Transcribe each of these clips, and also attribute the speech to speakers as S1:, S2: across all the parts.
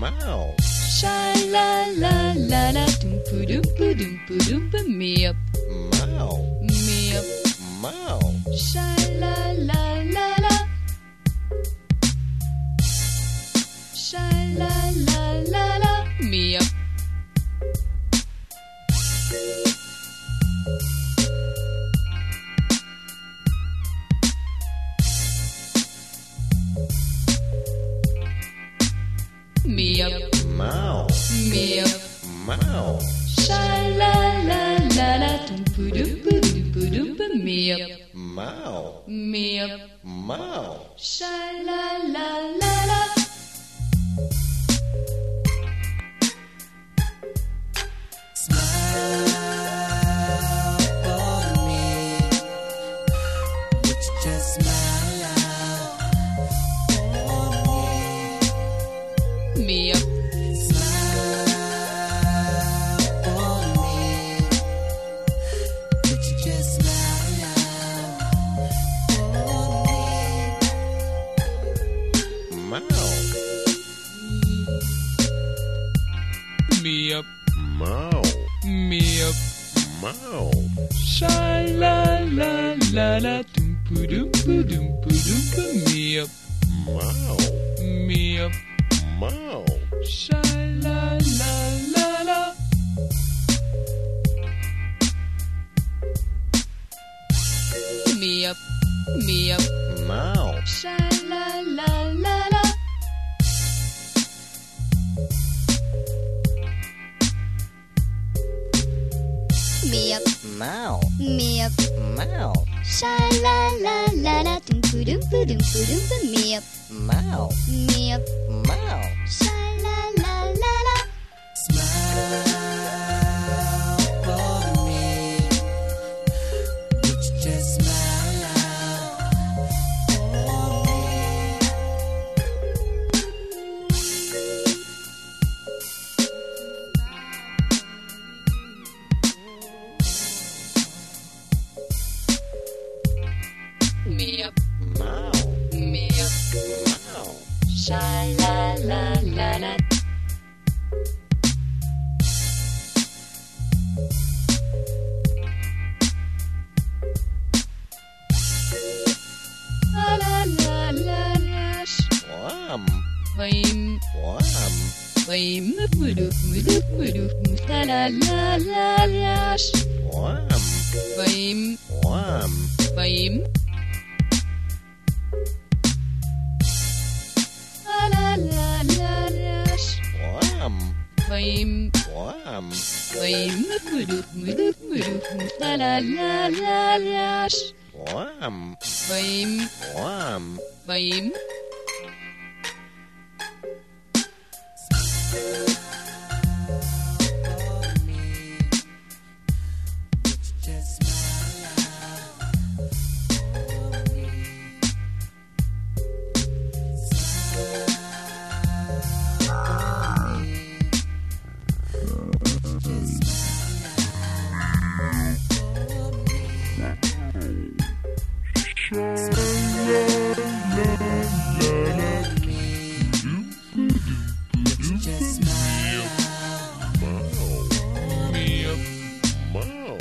S1: Wow.
S2: Sha la la la la doom poo doom poo doom poo doom poo me up
S1: Wow.
S2: me up
S1: Wow.
S2: sha la la la la sha la la la la me up me up
S1: Wow.
S2: me up
S1: Wow.
S2: Sha la la la la doom poo doom poo doom poo doom poo me up
S1: Wow.
S2: me up
S1: Wow.
S2: sha la la la la me up
S1: Wow.
S2: me up
S1: Wow.
S2: me up
S1: Wow.
S2: sha la la la la doom poo doom poo doom poo doom poo me up
S1: Wow.
S2: me up
S1: Wow.
S2: sha la la la la me up me up
S1: Wow.
S2: Sha la la la la.
S3: Me up,
S1: Wow.
S3: me up,
S1: Wow.
S3: sha la la la la doom poo doom poo doom poo doom poo me up,
S1: Wow.
S3: me up,
S1: Wow.
S3: sha la la la la.
S2: Me up,
S1: Wow.
S2: me up.
S1: Wow.
S2: Sha la la la la. La la la la la.
S1: Wham.
S2: Shrim,
S1: Wham.
S2: shrim, muduk, muduk, muduk, la la la la la.
S1: Wham.
S2: Shrim,
S1: Wham.
S2: shrim. La la la la la.
S1: Wham.
S2: Vayim,
S1: Wham.
S2: vayim, muduk, muduk, muduk, la la la la la.
S1: Wham.
S2: Vayim,
S1: Wham.
S2: vayim,
S1: Wow.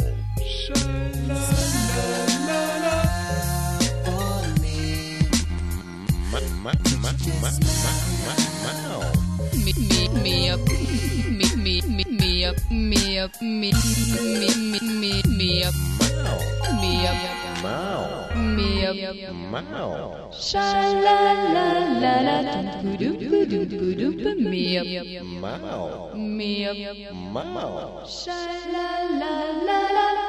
S1: Ma- ma- ma- ma- ma- ma- wow.
S2: me, me, me up, me, me, me, me up, me up, me, me, me, me, me up,
S1: Wow.
S2: me up,
S1: Wow.
S2: me up.
S1: Wow.
S2: Sha la la la la, dum poo dum poo dum poo dum, me up,
S1: Wow.
S2: me up.
S1: Wow.
S2: Sha la la la la.